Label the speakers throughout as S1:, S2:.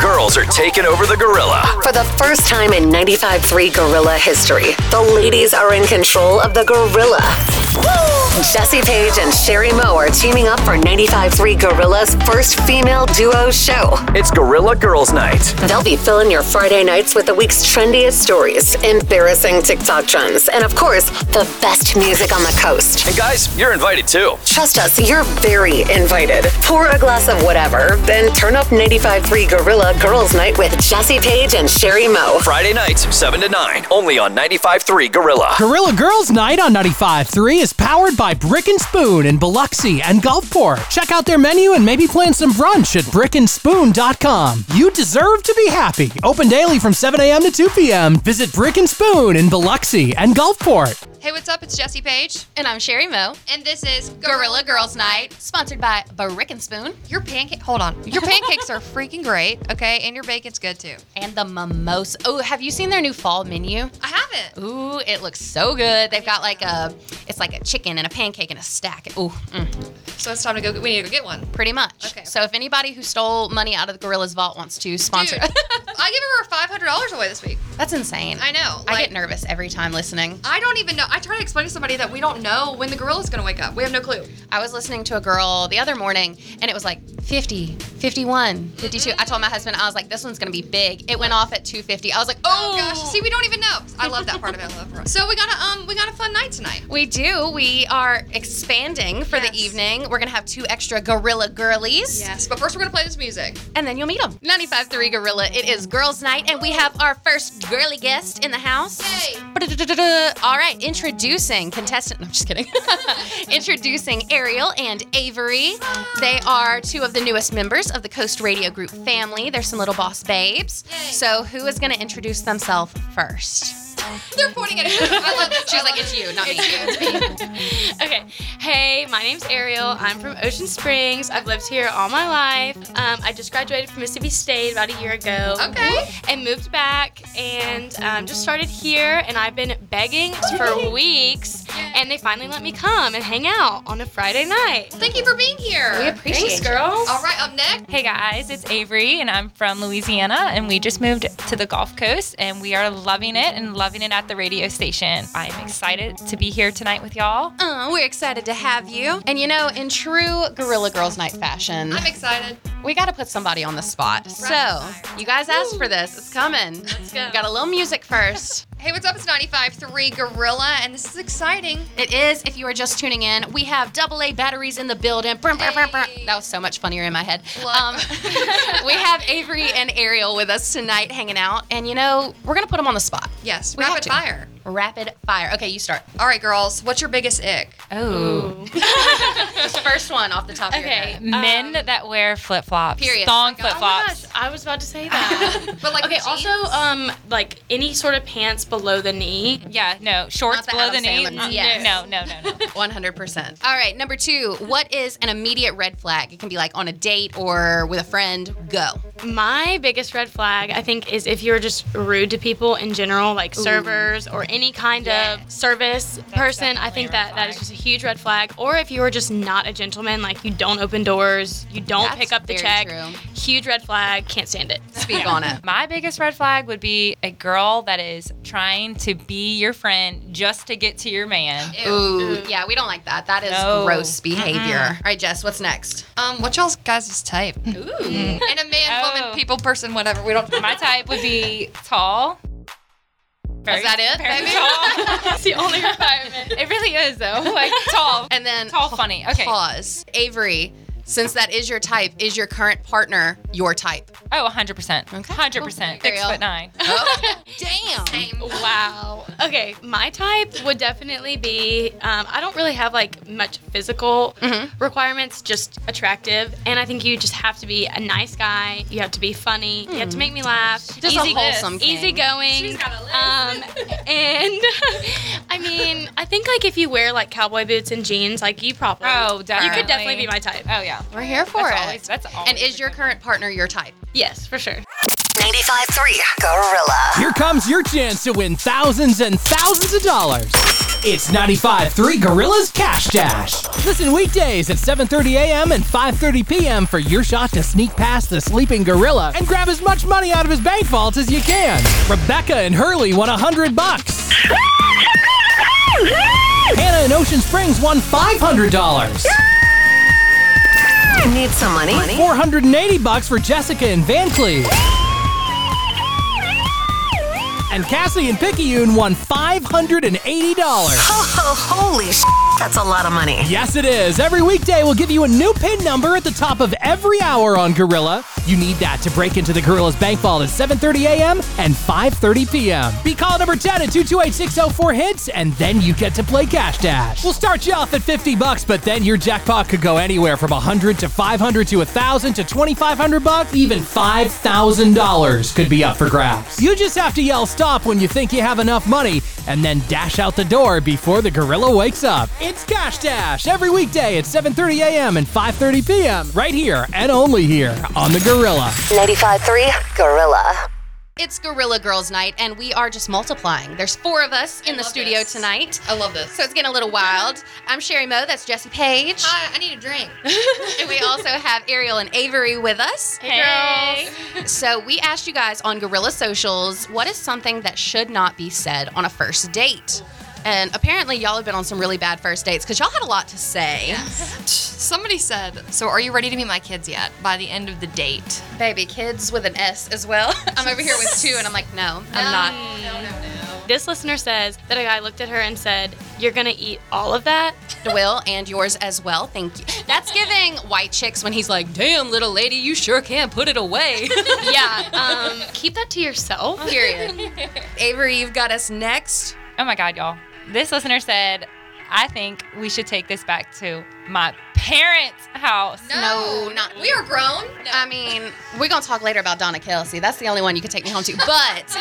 S1: girls are taking over the gorilla.
S2: For the first time in 95.3 Gorilla history, the ladies are in control of the Gorilla. Jesse Page and Sherry Moe are teaming up for 95.3 Gorilla's first female duo show.
S1: It's Gorilla Girls Night.
S2: They'll be filling your Friday nights with the week's trendiest stories, embarrassing TikTok trends, and of course, the best music on the coast.
S1: And guys, you're invited too.
S2: Trust us, you're very invited. Pour a glass of whatever, then turn up 95.3 Gorilla Girls Night with Jesse Page and Sherry Moe.
S1: Friday nights, 7 to 9, only on 95.3 Gorilla.
S3: Gorilla Girls Night on 95.3 is powered by Brick and Spoon in Biloxi and Gulfport. Check out their menu and maybe plan some brunch at brickandspoon.com. You deserve to be happy. Open daily from 7 a.m. to 2 p.m. Visit Brick and Spoon in Biloxi and Gulfport.
S4: Hey, what's up? It's Jesse Page,
S5: And I'm Sherry Moe,
S4: and this is Gorilla Girls Night.
S5: sponsored by Brick and Spoon
S4: Your pancake, hold on. Your pancakes are freaking great, okay? And your bacon's good too.
S5: and the Mimosa. Oh, have you seen their new fall menu?
S4: I haven't.
S5: Ooh, it looks so good. They've got like a, it's like a chicken and a pancake and a stack. Ooh, mm,
S4: So it's time to go. get- We need to go get one.
S5: pretty much.
S4: Okay.
S5: So if anybody who stole money out of the Gorilla's vault wants to
S4: Dude,
S5: sponsor,
S4: I gave her five hundred dollars away this week.
S5: that's insane.
S4: I know,
S5: I
S4: like-
S5: get nervous every time listening.
S4: I don't even know. I try to explain to somebody that we don't know when the gorilla's gonna wake up. We have no clue.
S5: I was listening to a girl the other morning and it was like 50, 51, 52. I told my husband, I was like, this one's going to be big. It went off at 250. I was like,
S4: Oh gosh, see, we don't even know. I love that part of it. I love her. So we got a um, we got a fun night tonight.
S5: We do. We are expanding for
S4: Yes.
S5: the evening. We're going to have two extra gorilla girlies.
S4: Yes, but first we're gonna play this music.
S5: And then you'll meet them. 95.3 Gorilla. It is girls' night, and we have our first girly guest in the house.
S4: Hey.
S5: All right, introducing contestant. No, I'm just kidding. introducing Ariel and Avery. They are two of the newest members of the Coast Radio Group family. They're some little boss babes. So, who is going to introduce themselves first?
S4: They're pointing at it. I love this.
S5: She's like, it's you, not me.
S6: Okay. Hey, my name's Ariel. I'm from Ocean Springs. I've lived here all my life. Um, I just graduated from Mississippi State about a year ago.
S4: Okay.
S6: And moved back and um, just started here. And I've been begging for weeks. And they finally let me come and hang out on a Friday night.
S4: Thank you for being here.
S5: We appreciate
S6: Thanks,
S5: you.
S6: girls.
S4: All right, up next.
S7: Hey guys, it's Avery and I'm from Louisiana and we just moved to the Gulf Coast and we are loving it and loving it at the radio station. I'm excited to be here tonight with y'all.
S5: Oh, we're excited to have you. And you know, in true Gorilla Girls Night fashion,
S4: I'm excited.
S5: we got to put somebody on the spot. So, you guys asked for this. It's coming. Let's
S6: go.
S5: Got a little music first.
S4: Hey, what's up? It's 95.3 Gorilla, and this is exciting.
S5: it is, if you are just tuning in, we have double A batteries in the building. Brum, brum, brum, brum. That was so much funnier in my head. Um, we have Avery and Ariel with us tonight hanging out. And you know, we're going to put them on the spot.
S4: Yes,
S5: We have
S4: rapid
S5: to.
S4: fire.
S5: Rapid fire. Okay, you start.
S4: All right, girls, what's your biggest ick?
S7: Oh.
S5: Just first one off the top of your
S6: Okay.
S5: head.
S7: Men that wear flip flops,
S5: Mm. Um, Period.
S7: thong
S5: Oh my
S7: flip
S6: Oh my gosh,
S7: flops.
S6: I was about to say that.
S4: But like,
S6: okay,
S4: the
S6: also,
S4: jeans?
S6: um, like any sort of pants below the knee.
S7: Yeah, no, shorts
S5: Not the
S7: below the
S5: Adam
S7: knee.
S5: Sandlers. Yes.
S7: No, no, no, no.
S5: 100%. All right, number two, what is an immediate red flag? It can be like on a date or with a friend. Go.
S6: My biggest red flag, I think, is if you're just rude to people in general, like servers or any kind of service person. I think that that is just a huge red flag. Or if you are just not a gentleman, like you don't open doors, you don't
S5: That's
S6: pick up the
S5: very
S6: check.
S5: true.
S6: Huge red flag. Can't stand it.
S5: Speak on it.
S7: My biggest red flag would be a girl that is trying to be your friend just to get to your man.
S5: Ooh, yeah, we don't like that. That is
S7: No.
S5: gross behavior. All right, Jess, what's next?
S4: um, what's y'all's guys' type? Ooh. And a man,
S7: Oh.
S4: woman, people, person, whatever. We don't.
S7: My type would be tall. Very,
S5: Is that it,
S7: very
S5: baby?
S7: tall.
S6: That's the only requirement.
S7: It really is though. Like tall.
S5: And then
S7: tall funny. Okay.
S5: pause. Avery, since that is your type, is your current partner your type?
S7: Oh, 100%.
S5: Okay.
S7: 100%.
S5: Cool.
S7: Six foot nine.
S5: Damn.
S6: Wow. Okay, my type would definitely be. Um, I don't really have like much physical
S7: Mm-hmm.
S6: requirements, just attractive. And I think you just have to be a nice guy. You have to be funny. You
S7: Mm.
S6: have to make me laugh.
S5: Just a wholesome king.
S6: easygoing. Um, and I mean, I think like if you wear like cowboy boots and jeans, like you probably
S7: Oh,
S6: you
S7: definitely.
S6: could definitely be my type.
S7: Oh, yeah.
S5: We're here for
S7: That's
S5: it.
S7: always, that's always.
S5: and is your current partner your type?
S6: Yes, for sure.
S2: 95.3 Gorilla.
S3: Here comes your chance to win thousands and thousands of dollars. It's 95.3 Gorilla's Cash Dash. Listen weekdays at 7.30 a.m. and 5.30 p.m. for your shot to sneak past the sleeping gorilla and grab as much money out of his bank vault as you can. Rebecca and Hurley won 100 bucks. Hannah in Ocean Springs won $500.
S2: Need some money?
S3: 480 bucks for Jessica and Van Cleve. And Cassie and Picayune won $580.
S2: Oh, ho, holy sh! That's a lot of money.
S3: Yes, it is. Every weekday, we'll give you a new pin number at the top of every hour on Gorilla. You need that to break into the Gorilla's bank vault at 7.30 a.m. and 5.30 p.m. Be call number 10 at 228-604-HITS, and then you get to play Cash Dash. We'll start you off at 50 bucks, but then your jackpot could go anywhere from 100 to 500 to 1,000 to 2,500 bucks. Even $5,000 could be up for grabs. You just have to yell stop when you think you have enough money, and then dash out the door before the gorilla wakes up. It's Cash Dash every weekday at 7:30 a.m. and 5:30 p.m. right here and only here on the Gorilla.
S2: 95.3 Gorilla.
S5: It's Gorilla Girls Night, and we are just multiplying. There's four of us in the
S4: love
S5: studio
S4: this.
S5: tonight.
S4: I love this.
S5: So it's getting a little wild. I'm Sherry Moe. That's Jesse Page.
S4: Hi, I need a drink.
S5: and we also have Ariel and Avery with us.
S7: Hey.
S5: So we asked you guys on Gorilla Socials, what is something that should not be said on a first date? And apparently, y'all have been on some really bad first dates because y'all had a lot to say.
S4: Somebody said, "So are you ready to meet my kids yet?" By the end of the date,
S5: Baby, kids with an S as well.
S4: I'm over here with two, and I'm like, "No, I'm not." No, no, no.
S6: This listener says that a guy looked at her and said, You're going to eat all of that?
S5: Will and yours as well. Thank you. That's giving white chicks when he's like, damn, little lady, you sure can put it away.
S6: yeah. Um, keep that to yourself.
S5: Period. Avery, you've got us next.
S7: Oh my God, y'all. This listener said, I think we should take this back to my parents' house.
S5: No, not we are grown. I mean, we're gonna talk later about Donna Kelsey. That's the only one you could take me home to. But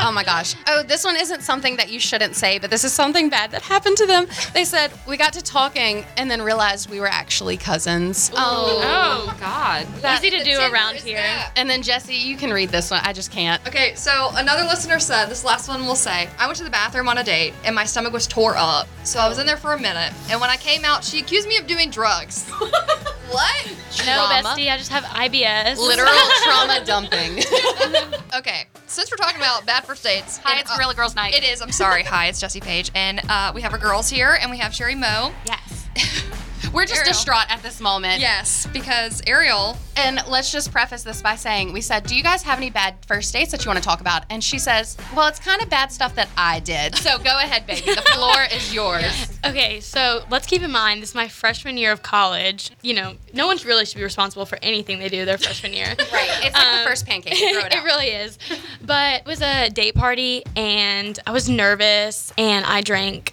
S5: oh my gosh. Oh, this one isn't something that you shouldn't say, but this is something bad that happened to them. They said we got to talking and then realized we were actually cousins. Oh.
S7: Oh, God.
S6: Easy to do around here.
S5: And then Jesse, you can read this one. I just can't.
S4: Okay, so another listener said, this last one will say, I went to the bathroom on a date and my stomach was tore up. So I was in there for a minute. And when I came out, she accused me of doing drugs. what?
S6: No,
S5: Trauma.
S6: bestie, I just have IBS.
S5: Literal trauma dumping.
S4: Okay, since we're talking about bad first dates.
S7: Hi,
S4: and,
S7: it's
S4: uh,
S7: Gorilla Girls Night.
S4: It is, I'm sorry. Hi, it's Jesse Page. And uh, we have our girls here and we have Sherry Moe.
S7: Yes.
S5: We're just
S4: Ariel.
S5: distraught at this moment.
S4: Yes, because Ariel,
S5: And let's just preface this by saying we said, Do you guys have any bad first dates that you want to talk about? And she says, Well, it's kind of bad stuff that I did. So go ahead, baby. The floor is yours.
S6: Okay, so let's keep in mind this is my freshman year of college. You know, no one really should be responsible for anything they do their freshman year.
S5: Right. It's like the first pancake. You throw it
S6: it
S5: out.
S6: really is. But it was a date party, and I was nervous, and I drank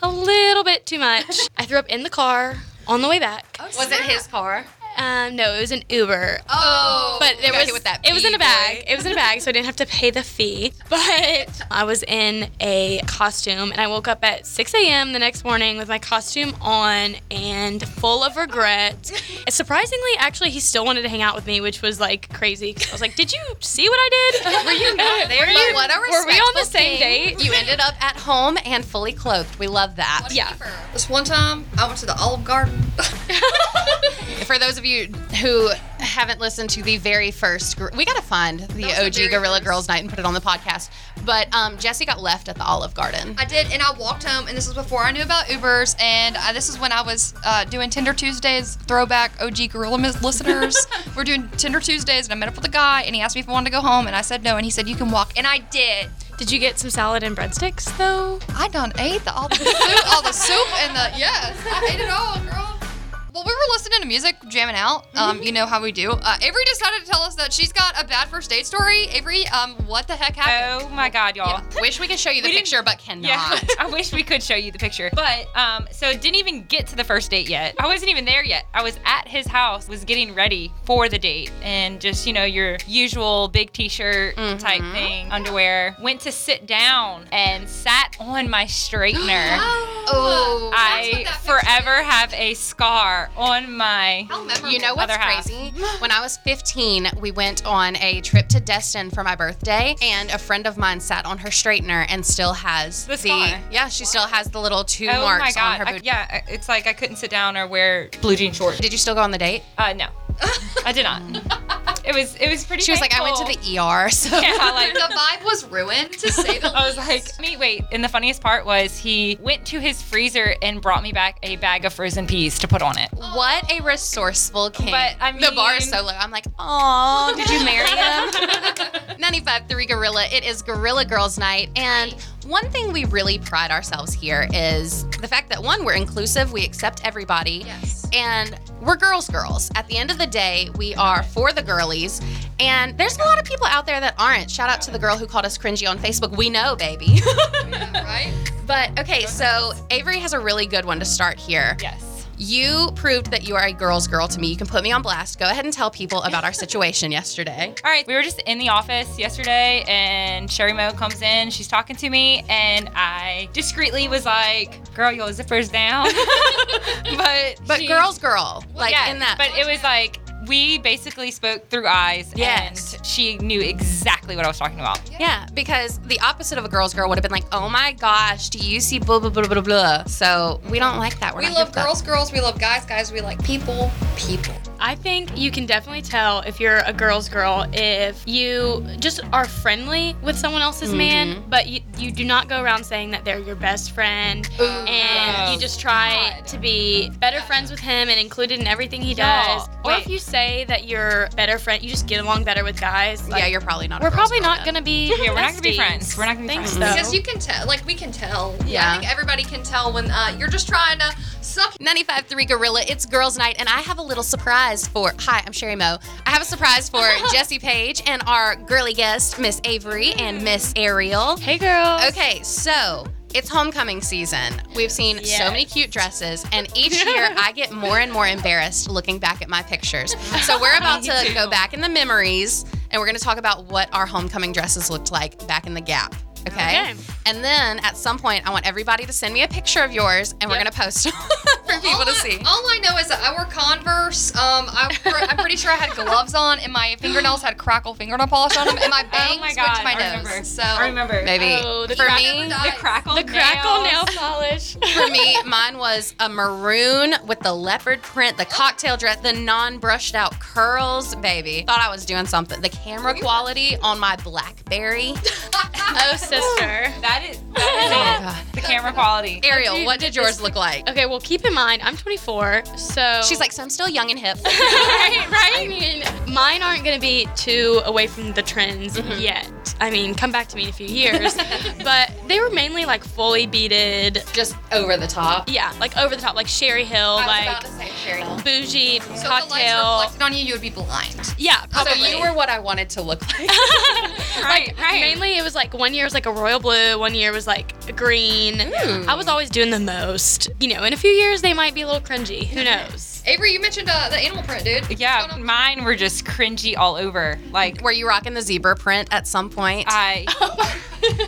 S6: a little bit too much. I threw up in the car on the way back.
S5: was it his car?
S6: Um, no, it was an Uber.
S4: oh,
S6: But
S4: you
S6: it
S4: got
S6: was
S4: hit with that
S6: it was in
S4: bee
S6: a bag.
S4: boy.
S6: It was in a bag, so I didn't have to pay the fee. But I was in a costume, and I woke up at 6 a.m. the next morning with my costume on and full of regret. Surprisingly, actually, he still wanted to hang out with me, which was like crazy. 'cause I was like, "Did you see what I did? Were you not there?
S5: But what a
S6: Were we on the
S5: respectful
S6: same
S5: thing.
S6: date?
S5: You ended up at home and fully clothed. We love that.
S6: Yeah.
S4: This one time, I went to the Olive Garden.
S5: For those of you who haven't listened to the very first, gr- we got to find the
S4: was the
S5: OG
S4: very
S5: Gorilla
S4: first.
S5: Girls Night and put it on the podcast. But um, Jesse got left at the Olive Garden.
S4: I did, and I walked home, and this was before I knew about Ubers, and I, this is when I was uh, doing Tinder Tuesdays, throwback OG Gorilla Mis- listeners. We're doing Tinder Tuesdays, and I met up with a guy, and he asked me if I wanted to go home, and I said no, and he said, You can walk, and I did.
S6: Did you get some salad and breadsticks though?
S4: I done ate the, all, the soup, all the soup and the, yes, I ate it all, girl. Well, we were listening to music, jamming out. Um, you know how we do. Uh, Avery decided to tell us that she's got a bad first date story. Avery, um, what the heck happened?
S7: Oh my God, y'all.
S5: Wish we could show you the
S7: We didn't-
S5: picture, but cannot.
S7: Yeah, I wish we could show you the picture. But um, so it didn't even get to the first date yet. I wasn't even there yet. I was at his house, was getting ready for the date, and just you know your usual big t-shirt type
S5: Mm-hmm.
S7: thing, underwear. Went to sit down and sat on my straightener.
S2: Oh.
S4: That's what
S7: I
S4: that picture
S7: forever have a scar on my.
S4: How memorable.
S5: You know what's
S7: Other half.
S5: crazy? When I was 15, we went on a trip to Destin for my birthday, and a friend of mine sat on her straightener and still has
S7: The scar.
S5: yeah, she still has the little two
S7: Oh
S5: marks
S7: my god!
S5: on her
S7: I,
S5: boot.
S7: yeah, I- it's like I couldn't sit down or wear blue jean shorts.
S5: Did you still go on the date?
S7: Uh, no, I did not. It was it was pretty.
S5: She was like, I went to
S7: painful."
S5: the ER. So
S7: Yeah, like
S4: The vibe was ruined, to say the least.
S7: I was like, me wait. And the funniest part was he went to his freezer and brought me back a bag of frozen peas to put on it.
S5: what a resourceful king.
S7: But, I
S5: the bar is
S7: mean-
S5: so low. I'm like, oh, did you marry him? 95.3 Gorilla. It is Gorilla Girls Night. And one thing we really pride ourselves here is the fact that one, we're inclusive, we accept everybody.
S4: Yes.
S5: And we're girls, girls. At the end of the day, we are for the girlies. And there's a lot of people out there that aren't. Shout out to the girl who called us cringy on Facebook. We know, baby.
S4: right?
S5: but okay, so Avery has a really good one to start here.
S7: Yes.
S5: You proved that you are a girl's girl to me. You can put me on blast. Go ahead and tell people about our situation yesterday.
S7: All right, we were just in the office yesterday, and Sherry Mo comes in. She's talking to me, and I discreetly was like, "Girl, your zipper's down." but
S5: But
S7: she-
S5: girl's girl, like
S7: Yeah,
S5: in that.
S7: But it was like we basically spoke through eyes,
S5: Yes.
S7: and she knew exactly what I was talking about.
S5: yeah, because the opposite of a girl's girl would have been like, oh my gosh, do you see blah blah blah blah blah. So we don't like that. We're
S4: We
S5: not
S4: love
S5: here for
S4: girls, girls. We love guys, guys. We like people, people.
S6: I think you can definitely tell if you're a girl's girl if you just are friendly with someone else's man,
S5: Mm-hmm.
S6: but you, you do not go around saying that they're your best friend and you just try to be better friends with him and included in everything he
S7: Y'all,
S6: does. Or if
S7: wait.
S6: you say that you're better friend, you just get along better with guys.
S5: that.
S6: Like,
S5: Yeah, you're probably not. a
S6: we're
S5: girl's
S6: probably
S5: girl
S6: not
S5: then.
S6: gonna be.
S7: Yeah, we're not gonna be
S6: besties.
S7: friends. We're not gonna be
S6: Think
S7: friends.
S6: so.
S4: Because you can tell, like we can tell.
S5: Yeah.
S4: I think everybody can tell when uh, you're just trying to suck.
S5: 95.3 Gorilla, it's girls' night, and I have a little surprise for. Hi, I'm Sherry Moe. I have a surprise for Jesse Page and our girly guest, Miss Avery and Miss Ariel.
S6: Hey, girl.
S5: Okay, so it's homecoming season. We've seen so
S6: Yes.
S5: many cute dresses, and each year I get more and more embarrassed looking back at my pictures. So we're about to go back in the memories, and we're going to talk about what our homecoming dresses looked like back in the gap. Okay?
S6: Okay.
S5: And then at some point, I want everybody to send me a picture of yours, and we're
S6: Yep.
S5: going to post for people
S4: all
S5: to
S4: I,
S5: see.
S4: All I know is that I wore Converse. Um, I wore, I'm pretty sure I had gloves on, and my fingernails had crackle fingernail polish on them, and my bangs
S7: Oh my
S4: went
S7: god!
S4: to my
S7: I
S4: nose.
S7: remember.
S4: So
S7: I remember.
S5: Maybe
S6: Oh, the
S5: for
S6: crack-
S5: me,
S4: never
S7: the
S4: Guys,
S7: crackle,
S6: the crackle nail
S7: nails.
S6: polish.
S5: For me, mine was a maroon with the leopard print, the cocktail dress, the non brushed out curls, baby. Thought I was doing something. The camera quality on my Blackberry.
S6: Oh, sister.
S7: That is
S4: Oh
S7: that is
S5: God.
S7: it. the camera quality.
S5: Ariel, what did yours look like?
S6: Okay, well, keep in mind, I'm 24, so.
S5: She's like, so I'm still young and hip.
S6: right, right? I mean, mine aren't going to be too away from the trends yet. I mean, come back to me in a few years. but they were mainly like fully beaded.
S5: Just over the top.
S6: Yeah, like over the top, like Sherry Hill,
S4: I was about
S6: like
S4: to say Sherry.
S6: bougie
S4: So if the lights
S6: cocktail.
S4: reflected on you, you would be blind.
S6: Yeah,
S5: So
S6: probably.
S5: you were what I wanted to look like.
S7: right, right.
S6: Mainly, it was like one year was like a royal blue, one year was like green. I was always doing the most. You know, in a few years they might be a little cringy. Who knows?
S4: Avery, you mentioned uh, the animal print, dude. What's going
S7: yeah,
S4: on?
S7: mine were just cringy all over. Like
S5: Were you rocking the zebra print at some point?
S7: I,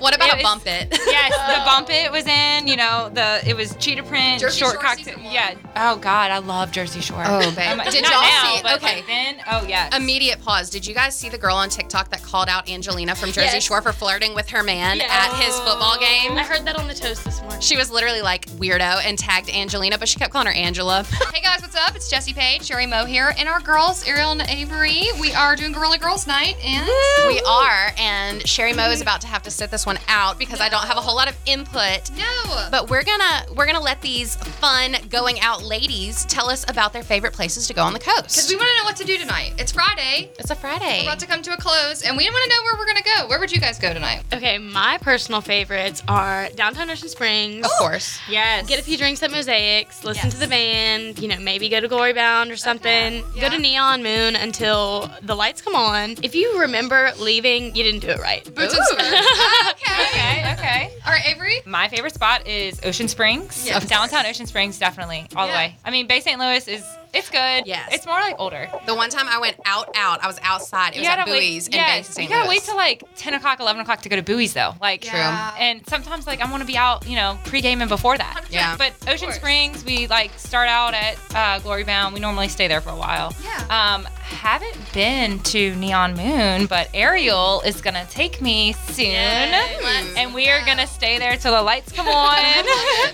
S5: what about
S7: it
S5: a
S7: was-
S5: bump it?
S7: yes,
S5: Uh,
S7: the bump it was in. You know, the it was cheetah print,
S4: Jersey
S7: short
S4: Shore
S7: cocktail.
S4: season one.
S7: Yeah. Oh God, I love Jersey Shore.
S5: Oh, babe.
S7: Um,
S5: Did
S7: not
S5: y'all
S7: now,
S5: see-
S7: But
S5: okay.
S7: like then, oh yeah.
S5: Immediate pause. Did you guys see the girl on TikTok that called out Angelina from Jersey
S6: Yes.
S5: Shore for flirting with her man
S6: Yes.
S5: at his football game?
S6: I heard that on the toast this morning.
S5: She was literally like weirdo and tagged Angelina, but she kept calling her Angela.
S4: Hey guys, what's up? It's Jesse Page, Sherry Moe here, and our girls, Ariel and Avery. We are doing Gorilla Girls Night, and
S5: we are, and Sherry Moe is about to have to sit this one out because I don't have a whole lot of input.
S4: no,
S5: But we're gonna we're gonna let these fun going out ladies tell us about their favorite places to go on the
S4: because
S5: coast.
S4: we want to know what to do tonight. It's Friday.
S5: it's a Friday.
S4: We're about to come to a close, and we want to know where we're gonna go. Where would you guys go tonight?
S6: Okay, my personal favorites are downtown Ocean Springs.
S5: of course.
S7: yes.
S6: Get a few drinks at Mosaics, listen to the band, you know, maybe go to Glory Bound or something. Go to Neon Moon until the lights come on. If you remember leaving, you didn't do it right.
S4: Boots and skirts. okay.
S7: Okay. Okay.
S4: All right, Avery.
S7: My favorite spot is Ocean Springs.
S4: Yeah, of
S7: Downtown Ocean Springs, definitely. All
S4: Yeah.
S7: the way. I mean, Bay St. Louis is It's good.
S8: Yes.
S7: It's more like older.
S5: The one time I went out, out, I was outside. It was at Buoys
S7: wait.
S5: in
S7: Yeah,
S5: Bay St.
S7: you gotta
S5: Louis.
S7: wait till like 10 o'clock, 11 o'clock to go to Buoys though. Like,
S5: True. Yeah.
S7: And sometimes like I want to be out, you know, pregame and before that.
S5: Yeah.
S7: But Ocean Springs, we like start out at uh, Glory Bound. We normally stay there for a while.
S4: Yeah.
S7: Um, haven't been to Neon Moon, but Ariel is gonna take me soon, and we are gonna stay there till the lights come on.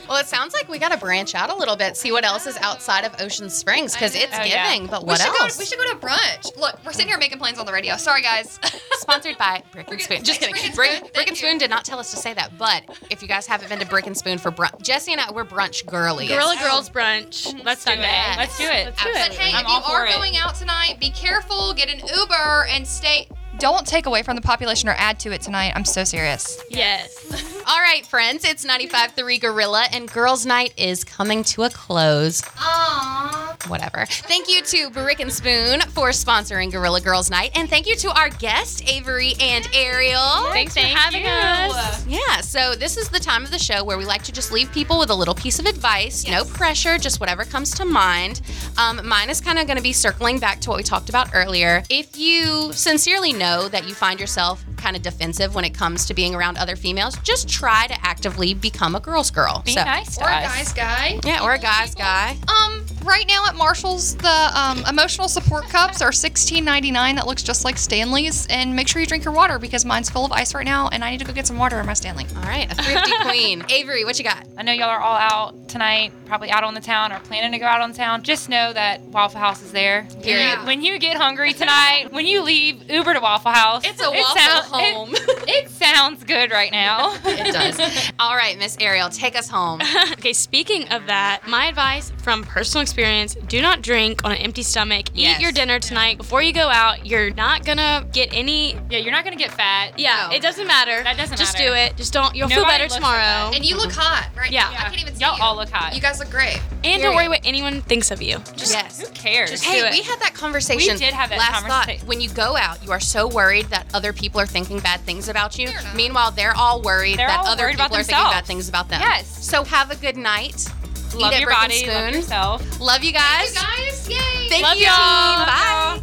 S5: Well, it sounds like we got to branch out a little bit, see what else is outside of Ocean Springs because it's
S7: Oh,
S5: giving.
S7: yeah.
S5: But
S4: We
S5: what
S4: should, go,
S5: else?
S4: we should go to brunch. Look, we're sitting here making plans on the radio. Sorry, guys.
S5: Sponsored by Brick and Spoon. Just kidding.
S4: Brick and
S5: Brick,
S4: Spoon,
S5: Brick
S4: thank
S5: and Spoon
S4: you.
S5: did not tell us to say that, but if you guys haven't been to Brick and Spoon for brunch, Jesse and I, we're brunch girlies. Oh,
S6: Gorilla Girls brunch. Let's do
S7: Sunday.
S6: it.
S7: Let's do it.
S6: Let's do
S4: But
S6: it.
S4: hey,
S7: I'm
S4: if
S7: all
S4: you
S7: for
S4: are
S7: it.
S4: going out tonight, be careful. Get an Uber and stay. Don't take away from the population or add to it tonight. I'm so serious.
S6: Yes.
S5: All right, friends, it's 95.3 Gorilla, and Girls Night is coming to a close. Whatever. Thank you to Brick and Spoon for sponsoring Gorilla Girls Night, and thank you to our guests, Avery and Ariel.
S6: Thanks
S8: Thank
S6: for having
S8: you.
S6: us.
S5: Yeah, so this is the time of the show where we like to just leave people with a little piece of advice. No pressure, just whatever comes to mind. Um, mine is kind of going to be circling back to what we talked about earlier. If you sincerely know that you find yourself kind of defensive when it comes to being around other females, just try to actively become a girl's girl.
S7: Be
S5: So-
S7: nice to
S4: Or a guy's
S7: us.
S4: guy.
S5: Yeah, or a guy's guy.
S4: Um, right now at Marshall's, the um, emotional support cups are $16.99. That looks just like Stanley's. And make sure you drink your water because mine's full of ice right now, and I need to go get some water in my Stanley.
S5: All right, a thrifty queen. Avery, what you got?
S7: I know y'all are all out tonight, probably out on the town or planning to go out on the town. Just know that Waffle House is there.
S5: Period.
S7: When you- When you get hungry tonight, when you leave, Uber to Waffle House.
S5: It's a
S7: It
S5: waffle
S7: sound- it-
S5: home.
S7: it sounds good right now.
S5: It does. All right, Miss Ariel, take us home.
S6: Okay, speaking of that, my advice from personal experience do not drink on an empty stomach.
S5: Yes.
S6: Eat your dinner tonight. Before you go out, you're not gonna get any.
S7: yeah, you're not gonna get fat.
S6: Yeah,
S5: No.
S6: it doesn't matter.
S7: That doesn't
S6: Just
S7: matter.
S6: do it. Just don't. You'll feel
S7: Nobody
S6: better
S7: looks at
S6: tomorrow.
S7: that.
S6: And,
S4: And you look hot right
S6: Yeah.
S4: now. I can't even see
S7: Y'all
S4: you.
S7: all look hot.
S4: You guys look great.
S6: don't worry
S5: Period.
S6: what anyone thinks of you. Just
S5: yes.
S7: Who cares?
S6: Just-
S5: Hey,
S6: do it.
S5: we had that conversation.
S7: We did have that
S5: last
S7: conversa-
S5: thought. When you go out, you are so worried that other people are thinking bad things about you.
S4: They're not.
S5: Meanwhile, they're all worried
S7: They're
S5: that
S7: all
S5: other
S7: worried
S5: people
S7: about
S5: are thinking bad
S7: themselves.
S5: things about them.
S7: Yes.
S5: So have a good night.
S7: love
S5: Eat at
S7: your
S5: Brick and
S7: body, love
S5: Spoon.
S7: yourself.
S5: Love you guys.
S4: Guys, yay!
S5: Thank
S7: Love
S5: you,
S7: y'all.
S5: team. Bye.